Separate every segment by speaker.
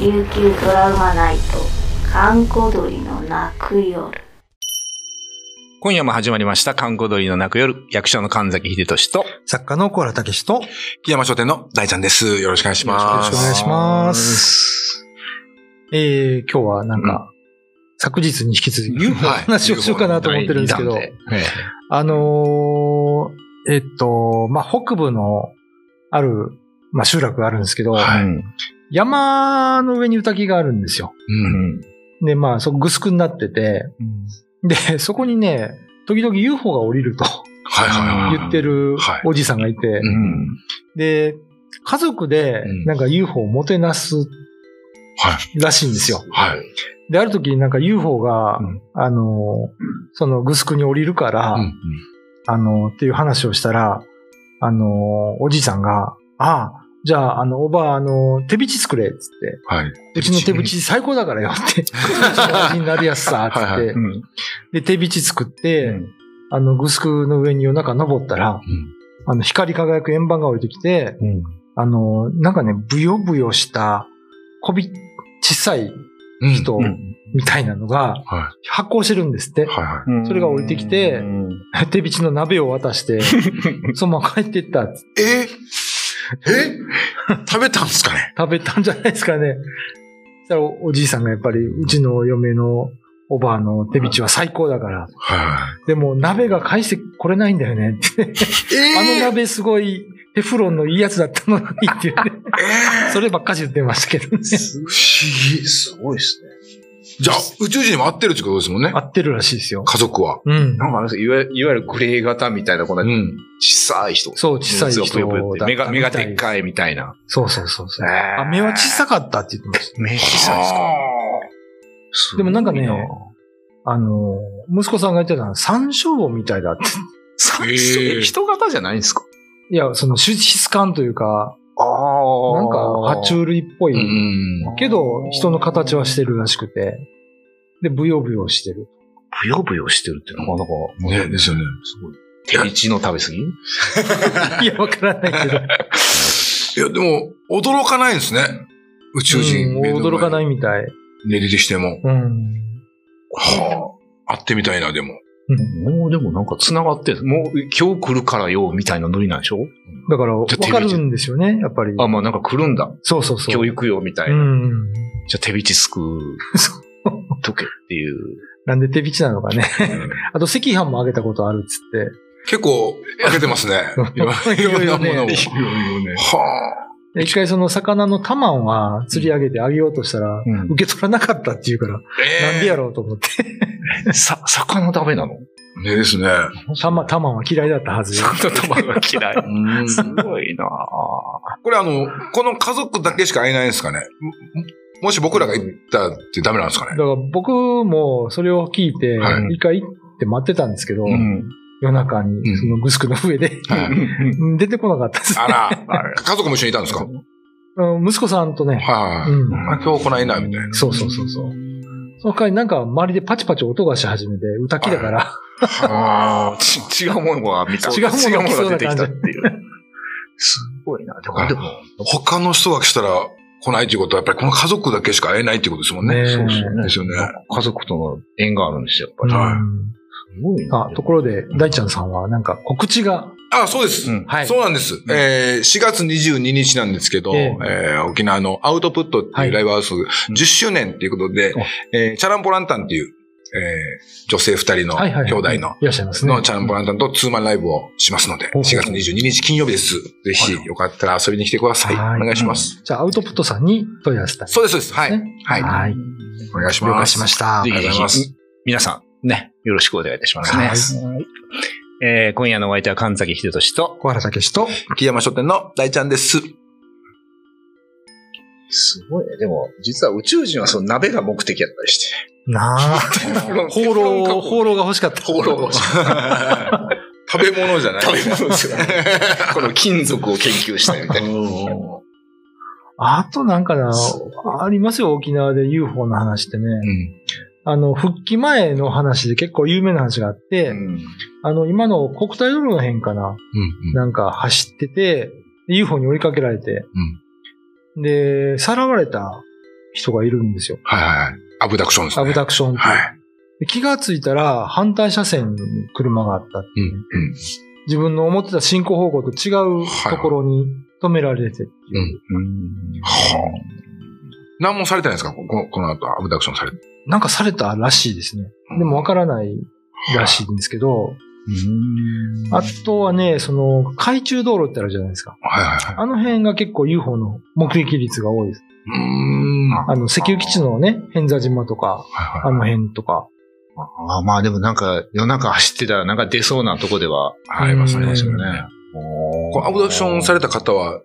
Speaker 1: 琉球ドラマナイト観光鳥の泣く夜
Speaker 2: 今夜も始まりました、観光鳥の泣く夜、役者の神崎秀俊と、
Speaker 3: 作家の小原武史と、よ
Speaker 4: 木山商店の大ちゃんです。よろしくお願いし
Speaker 3: ろ
Speaker 4: ま
Speaker 3: し
Speaker 4: す。
Speaker 3: くお願いします。えー、今日はなんか、昨日に引き続き UFO の
Speaker 4: はい
Speaker 3: 話をしようかなと思ってるんですけど、
Speaker 2: 第二弾でええ
Speaker 3: あのー、えっと、まあ、北部のある、まあ、集落があるんですけど、
Speaker 4: はい
Speaker 2: うん
Speaker 3: 山の上に滝があるんですよ。
Speaker 2: うん
Speaker 3: で、まあ、そこグスクになってて、で、そこにね、時々 UFO が降りると
Speaker 4: はいはいはい。
Speaker 3: 言ってる
Speaker 4: はい
Speaker 3: おじさんがいて、
Speaker 4: うん。
Speaker 3: で、家族で
Speaker 4: うん
Speaker 3: なんか UFO をもてなす
Speaker 4: は
Speaker 3: らしいんですよ。
Speaker 4: い。はい。
Speaker 3: で、ある時になんか UFO が、
Speaker 4: うん
Speaker 3: あの、そのグスクに降りるから、
Speaker 4: うん
Speaker 3: あの、っていう話をしたら、あの、おじいさんが、ああ、じゃあ、あの、おばあ、あの、手びち作れ、つって。
Speaker 4: はい。
Speaker 3: うちの手びち最高だからよ って。うちの味になりやすさ、つって。
Speaker 4: はいは
Speaker 2: うんうん
Speaker 3: で、手びち作って、
Speaker 2: うん
Speaker 3: あの、グスクの上に夜中登ったら、あの、光り輝く円盤が降りてきて、
Speaker 4: うん。
Speaker 3: あの、なんかね、ブヨブヨした、こび、小さい
Speaker 4: うん。
Speaker 3: 人
Speaker 2: うん
Speaker 3: みたいなのが
Speaker 4: は
Speaker 3: 発光してるんですって
Speaker 4: い。。はいは
Speaker 2: うん
Speaker 3: それが降りてきて
Speaker 2: うん
Speaker 3: 手びちの鍋を渡 して、そのまま帰ってったっつ
Speaker 4: い。ええ食べたんですかね
Speaker 3: 食べたんじゃないですかね。そしたらおおじいさんがやっぱり、うちの嫁のおばあの手びちは最高だから。
Speaker 4: は
Speaker 3: でも鍋が返してこれないんだよねって。
Speaker 4: い。え
Speaker 3: あの鍋すごい、テフロンのいいやつだったのにって言って、そればっかし言ってましたけどね。
Speaker 4: 不思議。
Speaker 5: すごいですね。
Speaker 4: じゃあ、宇宙人にも合ってるってことですもんね
Speaker 3: 合。ってるらしいですよ。
Speaker 4: 家族は。
Speaker 3: うん
Speaker 5: な。んかあれですいわゆる、いわゆるグレー型みたいな、こん
Speaker 4: う
Speaker 5: な小
Speaker 4: ん。
Speaker 5: さい人。
Speaker 3: そう、小さい人
Speaker 5: ぷよぷよっ
Speaker 3: だ
Speaker 5: て目
Speaker 3: った
Speaker 5: が、
Speaker 3: み
Speaker 5: 目
Speaker 3: た
Speaker 5: が
Speaker 3: い
Speaker 5: でっかいみたいな。
Speaker 3: そうそうそうそう。あ、
Speaker 5: あ
Speaker 3: 目は小さ
Speaker 5: く。
Speaker 3: かったって言ってました。
Speaker 5: 目小さいですか
Speaker 4: あ
Speaker 5: すご
Speaker 3: で
Speaker 5: い
Speaker 3: もなんかね
Speaker 5: な
Speaker 3: あのー、息子さんが言ってたのは、山椒魚みたいだって。
Speaker 5: 三
Speaker 4: へー
Speaker 5: 種え人型じゃないんですか
Speaker 3: いや、その、質質感というか、
Speaker 5: ああ
Speaker 3: なんか、爬虫類っぽ
Speaker 4: ーう
Speaker 3: い。
Speaker 4: ん。
Speaker 3: けど、人の形はしてるらしくて。で、ブヨブヨし てる。
Speaker 5: ぶよぶよしてるってなかなか、
Speaker 4: ね、ですよね。
Speaker 5: すごい。手打ちの食べ過ぎ
Speaker 3: いや、わからないけど。
Speaker 4: いや、でも、驚かないんですね。宇宙人。。
Speaker 3: うん驚かないいみたい。
Speaker 4: 寝りでしても。
Speaker 3: うん。
Speaker 4: はあ。会ってみたいな、でも。
Speaker 5: もうでもなんか繋がってるもう今日来るからよ、みたいなノリなんでしょ
Speaker 3: だから、わ
Speaker 4: じゃあ
Speaker 3: かるんですよね、やっぱり。
Speaker 5: あ、まあなんか来るんだ。
Speaker 3: そうそうそう。
Speaker 5: 今日行くよ、みたいな。
Speaker 3: うん。
Speaker 5: じゃあ手びちすくう
Speaker 3: そう。
Speaker 5: とけっていう。
Speaker 3: なんで手引きなのかね。 あと、赤飯もあげたことあるっつって。。
Speaker 4: 結構、開けてます ねい
Speaker 3: い
Speaker 4: ろ
Speaker 3: ろい
Speaker 4: い
Speaker 3: ろ
Speaker 4: ろ
Speaker 3: ね
Speaker 4: なものを。は
Speaker 3: で一回その魚のタマンは釣り上げてあげようとしたら、
Speaker 5: うん
Speaker 3: 受け取らなかったっていうから、
Speaker 4: あ。え
Speaker 3: なんでやろうと思って。
Speaker 5: さ、魚ダメなの
Speaker 4: ねですね。
Speaker 3: タマ、タマンは嫌いだったはずよ。
Speaker 5: 魚玉が嫌い。
Speaker 4: うん
Speaker 5: すごいなぁ
Speaker 4: これあの、この家族だけしか会えないんですかね。ももし僕らが行ったってダメなんですか
Speaker 3: だ
Speaker 4: ね。
Speaker 3: から僕もそれを聞いて
Speaker 4: は、
Speaker 3: 一回行って待ってたんですけど、
Speaker 5: うん。
Speaker 3: 夜中に
Speaker 4: ん
Speaker 3: そのグスクの上で、
Speaker 4: はい
Speaker 3: うん出てこなかったです。
Speaker 4: あら、
Speaker 5: あれ
Speaker 4: 家族も一緒にいたんですか
Speaker 3: うん息子さんとね、
Speaker 4: はい。
Speaker 3: うん
Speaker 4: あ今日来ないな、みたいな。
Speaker 3: そうそうそうそう。その代わりなんか周りでパチパチ音がし始めて、歌きだから、
Speaker 5: ああ、ち違うものが見た。
Speaker 3: 違うものが
Speaker 5: 違うものが出てきたっていう。すごいな。でも、でも、
Speaker 4: 他の人が来たら来ないっていうことは、やっぱりこの家族だけしか会えないってことですもん
Speaker 3: ね
Speaker 4: ね。
Speaker 3: そうそう
Speaker 4: ですよね
Speaker 5: なんか家族との縁があるんですよ、やっぱ
Speaker 3: う
Speaker 5: り。
Speaker 3: ん
Speaker 5: すごいな。
Speaker 3: あ、ところで、大ちゃんさんはなんか告知が、
Speaker 4: あ、そうです。
Speaker 5: うん
Speaker 3: はい
Speaker 4: そうなんです。えー4月22日なんですけど、
Speaker 3: え
Speaker 4: えー沖縄のアウトプットって
Speaker 3: はいいう
Speaker 4: ライブハウス10周年っていうことで、
Speaker 5: お
Speaker 4: えーチャランポランタンっていう、えー女性2人の
Speaker 3: はいはいはい
Speaker 4: 兄弟の、
Speaker 3: いらっしゃいますね。
Speaker 4: のチャランポランタンとツーマンライブをしますので、
Speaker 3: ほうほう
Speaker 4: 4月22日金曜日です。ぜひ、よかったら遊びに来てください。お
Speaker 3: はい
Speaker 4: 願いします。
Speaker 3: じゃあ、アウトプットさんに問い合わせたい。
Speaker 4: そうです、そうです。はい。
Speaker 3: ね
Speaker 4: はい。
Speaker 3: はい。
Speaker 4: お願いしま
Speaker 3: 了
Speaker 4: す。
Speaker 3: 解しました。
Speaker 5: ぜひ
Speaker 4: あり
Speaker 5: ぜ
Speaker 4: がとうございます
Speaker 5: ひ、皆さん、ね、よろしくお願いいたしますね。はい
Speaker 2: えー今夜のお相手は神崎秀俊と、
Speaker 3: 小原武史と、
Speaker 4: 木山書店の大ちゃんです。
Speaker 5: すごいね。でも、実は宇宙人はその鍋が目的やったりして。
Speaker 3: なあ、放浪、放浪が欲しかった。
Speaker 5: 放浪 が欲しい。
Speaker 4: 食べ物じゃな い
Speaker 5: 食べ物ですよね。この金属を研究したいみたいな。
Speaker 3: あとなんかな
Speaker 5: そ、
Speaker 3: ありますよ、沖縄で UFO の話ってね。
Speaker 4: うん。
Speaker 3: あの、復帰前の話で結構有名な話があって、
Speaker 5: うん
Speaker 3: あの、今の国体道路の辺かな、
Speaker 4: うん。
Speaker 3: なんか走ってて、で UFO に追いかけられて、で、さらわれた人がいるんですよ。
Speaker 4: はいはいはい。アブダクションですね。
Speaker 3: アブダクションっていう
Speaker 4: はい。
Speaker 3: で気がついたら反対車線に車があった。
Speaker 4: うん、うん。
Speaker 3: 自分の思ってた進行方向と違うところに止められてっていう。
Speaker 4: はあ。何もされてないんですかここの、この後、アブダクションされて。
Speaker 3: なんかされたらしいですね。でもわからないらしいんですけど、あとはね、その、海中道路ってあるじゃないですか。
Speaker 4: はいはいはい。
Speaker 3: あの辺が結構 UFO の目撃率が多いです。
Speaker 4: うーん。は
Speaker 3: あの、石油基地のね、偏座島とか、
Speaker 4: い
Speaker 3: あ
Speaker 4: はい。
Speaker 3: の辺とか。
Speaker 5: あまあでもなんか夜中走ってたらなんか出そうなとこでは
Speaker 4: ありますね。
Speaker 5: ありますよ
Speaker 4: こ
Speaker 5: ね。
Speaker 4: のアブダクションされた方は、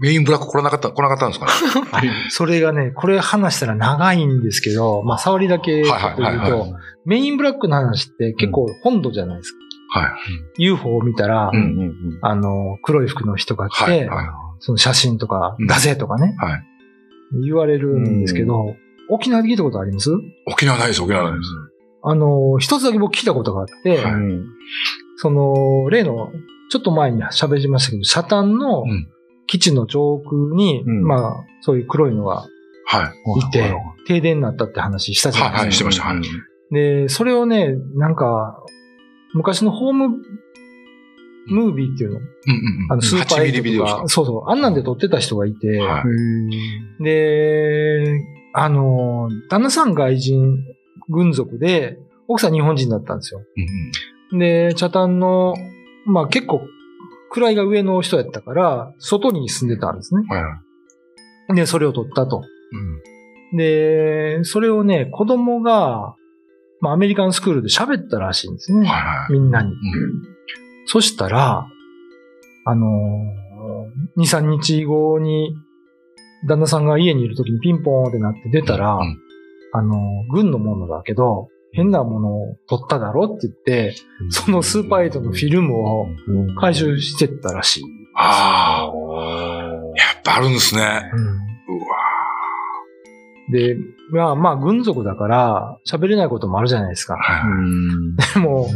Speaker 4: メインブラック来なかった、来なかったんですかね
Speaker 3: それがね、これ話したら長いんですけど、まあ、触りだけちょっと
Speaker 4: はい
Speaker 3: 言
Speaker 4: はいはいう
Speaker 3: と、メインブラックの話って結構本土じゃないですか。
Speaker 4: はい。
Speaker 3: UFO を見たら
Speaker 5: う、んうんうん。
Speaker 3: あの、黒い服の人が来
Speaker 4: はい
Speaker 3: て、
Speaker 4: はい。
Speaker 3: その写真とか
Speaker 4: うん、
Speaker 3: だぜとかね、
Speaker 4: はい
Speaker 3: 言われるんですけど、沖縄で聞いたことあります
Speaker 4: 沖縄ないです、沖縄ないです。
Speaker 3: あの、一つだけ僕聞いたことがあって、
Speaker 4: はい
Speaker 3: その、例の、ちょっと前に喋りましたけど、社炭の
Speaker 4: うん
Speaker 3: 基地の上空に、
Speaker 5: うん
Speaker 3: まあ、そういう黒いのが
Speaker 4: はい。
Speaker 3: いて、停電になったって話したじゃないですか。
Speaker 4: はいはいしてましたはい
Speaker 3: で、それをね、なんか、昔のホーム、ムービーっていうの、
Speaker 4: うんうんうん。
Speaker 3: あの、スーパー
Speaker 4: 8ミリ
Speaker 3: エ
Speaker 4: ビ
Speaker 3: イ
Speaker 4: デ
Speaker 3: ト
Speaker 4: オで
Speaker 3: と
Speaker 4: す
Speaker 3: か、そうそう、あんなんで撮ってた人がいて、
Speaker 4: かはい。
Speaker 3: で、あの、旦那さん外人、軍属で、奥さん日本人だったんですよ。
Speaker 4: うんうん
Speaker 3: で、茶炭の、まあ結構、位が上の人やったから、外に住んでたんですね。
Speaker 4: はいはい。
Speaker 3: で、それを取ったと。
Speaker 4: うん
Speaker 3: で、それをね、子供が、まあアメリカンスクールで喋ったらしいんですね。
Speaker 4: はいはい。
Speaker 3: みんなに。
Speaker 4: うん
Speaker 3: そしたら、あのー、2、3日後に、旦那さんが家にいる時にピンポーンってなって出たら、
Speaker 4: うん
Speaker 3: あのー、軍のものだけど、変なものを取っただろって言って、そのスーパーエイトのフィルムを回収してったらしい。
Speaker 4: ああ。やっぱあるんですね。うわ
Speaker 3: で、まあまあ、軍属だから、喋れないこともあるじゃないですか。
Speaker 4: はいはい
Speaker 3: でも、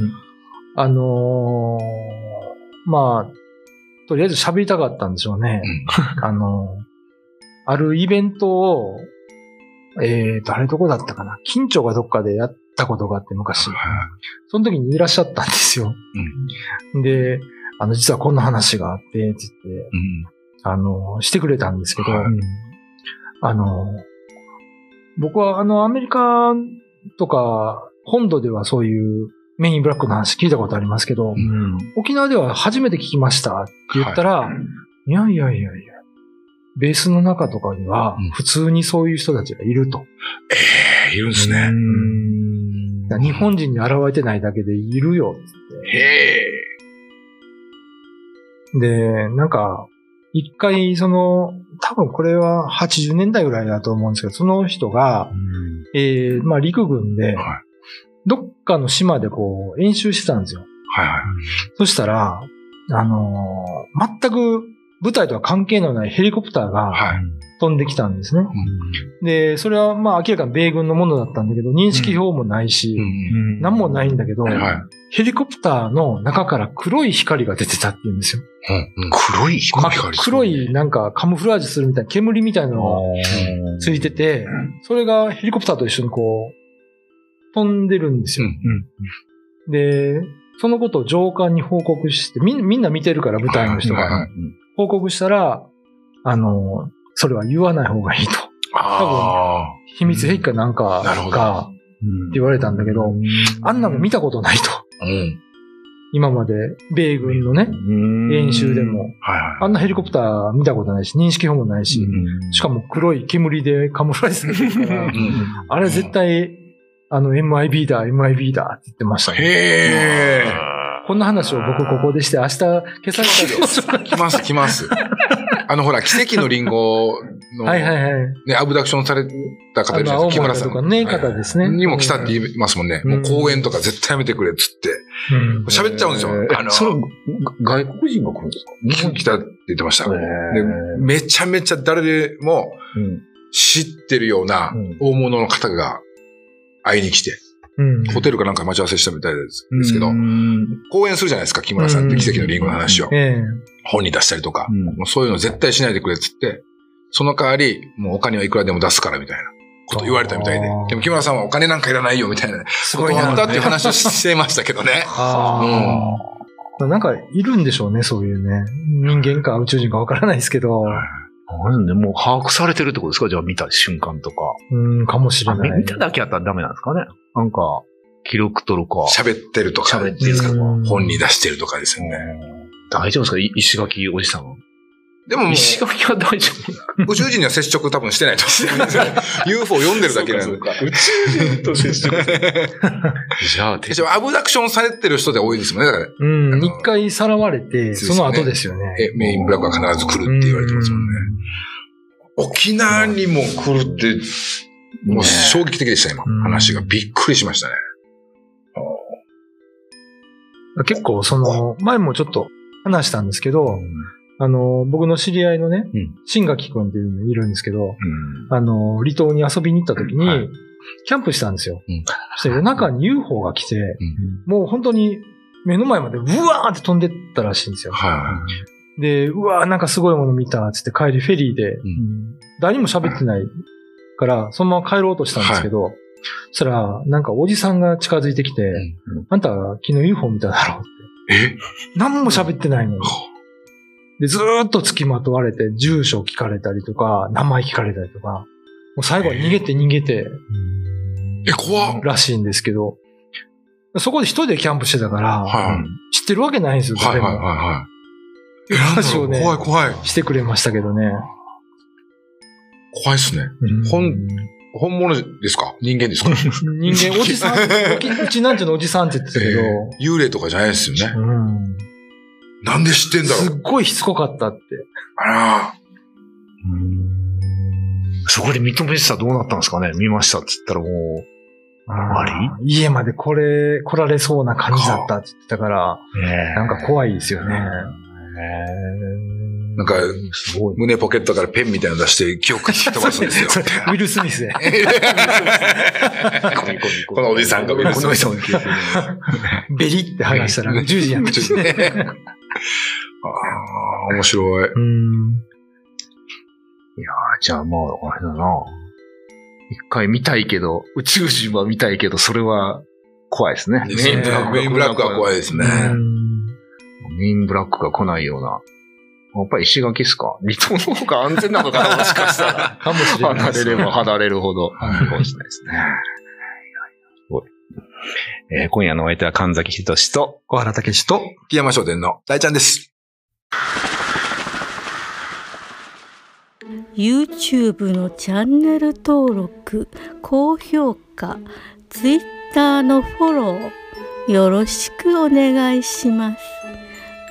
Speaker 3: あのーまあ、とりあえず喋りたかったんでしょうね。 あの、あるイベントを、えーと、あれどこだったかな近所がどっかでやったことがあって昔。
Speaker 4: は
Speaker 3: その時にいらっしゃったんですよ。で、あの、実はこんな話があって、って言って、
Speaker 4: いうん
Speaker 3: あの、してくれたんですけど、
Speaker 4: はい
Speaker 3: あの、僕はあの、アメリカとか、本土ではそういうメインブラックの話聞いたことありますけど、沖縄では初めて聞きましたって言ったら、いやいやいやいや、ベースの中とかには
Speaker 4: うん、
Speaker 3: 普通にそういう人たちがいると。
Speaker 4: ええ、いるんですね。
Speaker 3: だから日本人に現れてないだけでいるよっ
Speaker 4: へえ。
Speaker 3: つって。で、なんか、一回、その、多分これは80年代ぐらいだと思うんですけど、その人が、えーまあ陸軍で
Speaker 4: はい、
Speaker 3: どっかの島でこう、演習してたんですよ。
Speaker 4: はいはい。
Speaker 3: そしたら、あのー全く舞台とは関係のないヘリコプターが
Speaker 4: はい。
Speaker 3: 飛んできたんですね。
Speaker 4: う
Speaker 3: で、それはまあ明らかに米軍のものだったんだけど、認識表もないし、
Speaker 4: んうん
Speaker 3: なんもないんだけど、
Speaker 4: うん。はい。
Speaker 3: ヘリコプターの中から黒い光が出てたって言うんですよ。
Speaker 4: うんうん
Speaker 5: 黒い
Speaker 4: 黒い
Speaker 3: 真っ
Speaker 4: 光ですね
Speaker 3: 黒いなんかカムフラージュするみたいな煙みたいなのがついてて、それがヘリコプターと一緒にこう、飛んでるんですよ。で、そのことを上官に報告して、みんみんな見てるから舞台の人
Speaker 4: はいは
Speaker 3: が。
Speaker 4: い
Speaker 3: 報告したら、あの、それは言わない方がいいと。
Speaker 4: あ
Speaker 3: 秘密兵器かなんか
Speaker 4: なるほ
Speaker 3: が、
Speaker 4: ど
Speaker 3: って言われたんだけど、あんなの見たことないと。
Speaker 4: あ。うん。
Speaker 3: 今まで、米軍のね、演習でも。
Speaker 4: はいはい。
Speaker 3: あんなヘリコプター見たことないし、認識法もないし、しかも黒い煙でカムフラージュされてるから
Speaker 4: う、ん
Speaker 3: あれ絶対、あの、MIB だ、MIB だって言ってましたね。
Speaker 4: へえ。
Speaker 3: こんな話を僕ここでして、明日消されたりする。
Speaker 4: 来ます来ます。あのほら、奇跡のリンゴの、
Speaker 3: はいはい
Speaker 4: ね、
Speaker 3: はい。
Speaker 4: アブダクションされた方いるじゃないですか。木
Speaker 3: あの青
Speaker 4: 村
Speaker 3: 森
Speaker 4: さ
Speaker 3: と
Speaker 4: ん。
Speaker 3: かね方ですね
Speaker 4: にも来たって言いますもんね。
Speaker 3: うん
Speaker 4: もう公演とか絶対やめてくれっつって。
Speaker 3: うん
Speaker 4: 喋っちゃうんですよ。あの、
Speaker 5: それ、外国人が来るんですか
Speaker 4: 日本来たって言ってました。
Speaker 5: へ
Speaker 4: で
Speaker 5: ー
Speaker 4: めちゃめちゃ誰でも知ってるような
Speaker 5: うん
Speaker 4: 大物の方が会いに来て、
Speaker 3: うん
Speaker 4: ホテルかなんか待ち合わせしたみたいですですけど、講演するじゃないですか、木村さんって
Speaker 3: うん
Speaker 4: 奇跡のリンゴの話を
Speaker 3: ええ
Speaker 4: 本に出したりとか、もうそういうの絶対しないでくれっつって、その代わり、もうお金はいくらでも出すからみたいなこと言われたみたいで
Speaker 3: あー。
Speaker 4: でも木村さんはお金なんかいらないよみたいな。すごいやったっていう話をしてましたけどね。
Speaker 3: ああ、なんか、いるんでしょうね、そういうね。人間か宇宙人かわからないですけど、
Speaker 5: なんで、もう把握されてるってことですかじゃあ見た瞬間とか。
Speaker 3: うん、かもしれ
Speaker 5: あ
Speaker 3: な
Speaker 5: み
Speaker 3: い。
Speaker 5: 見ただけやったらダメなんですかねなんか、記録取るか。
Speaker 4: 喋ってるとか、
Speaker 5: 喋ってるとか
Speaker 3: うん
Speaker 4: 本に出してるとかですよね。
Speaker 5: 大丈夫ですかい石垣おじさん。
Speaker 4: でももう、
Speaker 5: 石垣は大丈
Speaker 4: 宇宙人には接触多分してないと思うんですよ UFO 読んでるだけなんで。
Speaker 5: 夫。宇宙人と接触。じゃあ、手
Speaker 4: 一応アブダクションされてる人で多いですもんね。だから、
Speaker 3: うん、一回さらわれて、
Speaker 4: す
Speaker 3: そ
Speaker 4: よね
Speaker 3: の後ですよね。
Speaker 4: えメインブラックは必ず来るって言われてますもんね。沖縄にも来るって、もう衝撃的でした、今
Speaker 3: うん。
Speaker 4: 話がびっくりしましたね。
Speaker 3: 結構、その、前もちょっと話したんですけど、あの、僕の知り合いのね
Speaker 5: うん、
Speaker 3: 新垣くんっていうのいるんですけど、あの、離島に遊びに行った時に、
Speaker 5: はい
Speaker 3: キャンプしたんですよ。
Speaker 5: うん
Speaker 3: そして夜中に UFO が来て、もう本当に目の前までブワーって飛んでったらしいんですよ。
Speaker 4: は
Speaker 3: で、うわーなんかすごいもの見たっつって帰りフェリーで、うん誰も喋ってないから、そのまま帰ろうとしたんですけど、そしたら、なんかおじさんが近づいてきて、あんた昨日 UFO 見ただろう
Speaker 4: い。え
Speaker 3: って。何も喋ってないのに。で、ずーっと付きまとわれて、住所聞かれたりとか、名前聞かれたりとか、もう最後は逃げて逃げて、
Speaker 4: え、怖っ。
Speaker 3: らしいんですけど、そこで一人でキャンプしてたから、
Speaker 4: は
Speaker 3: 知ってるわけないんですよ、
Speaker 4: い。はいはい
Speaker 3: 誰
Speaker 4: はい
Speaker 3: も。
Speaker 4: はい。えなんだろう
Speaker 3: ね
Speaker 4: 怖い怖い。
Speaker 3: してくれましたけどね。
Speaker 4: 怖いっすね。ほん本物ですか人間で すか
Speaker 3: 人間、おじ さん、うちうちなんちゅのおじさんって言ってたけど、
Speaker 4: 幽霊とかじゃないですよね。
Speaker 3: うん
Speaker 4: なんで知ってんだ
Speaker 3: す
Speaker 4: ろう
Speaker 3: っごいしつこかったって。
Speaker 4: あら
Speaker 5: そこで認めてたらどうなったんですかね見ましたって言ったらもあり
Speaker 3: 家までこれ、来られそうな感じだったって言ってたから、
Speaker 5: う、ね
Speaker 3: なんか怖いですよね。
Speaker 4: なんか、
Speaker 5: すごい。
Speaker 4: 胸ポケットからペンみたいなの出して記憶引き飛ばすんです よ。
Speaker 3: ウィル・スミスで。
Speaker 4: このおじさんがウィルスミス
Speaker 5: このおじさんがウィルスミス
Speaker 3: ベリって話したら10時やったしね。
Speaker 4: ああ、面白い。
Speaker 3: うん
Speaker 5: いやーじゃあもう、あれだな。一回見たいけど、宇宙人は見たいけど、それは怖いですね。
Speaker 4: メインブラックメインブラックは怖いですね。
Speaker 5: メインブラックが来ないような。やっぱり石垣っすか離島の方が安全なのかなもしかしたら。
Speaker 3: かもしれない
Speaker 5: 離
Speaker 3: です
Speaker 5: れ
Speaker 3: ね。
Speaker 5: れば離れるほど。
Speaker 4: い
Speaker 5: かもしれないですね。すごい。えー今夜のお相手は神崎仁と、
Speaker 3: 小原武史と、
Speaker 4: 木山商店の大ちゃんです。
Speaker 6: YouTube のチャンネル登録高評価 Twitter のフォローよろしくお願いします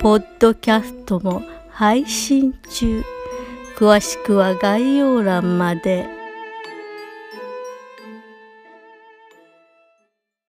Speaker 6: ポッドキャストも配信中詳しくは概要欄まで。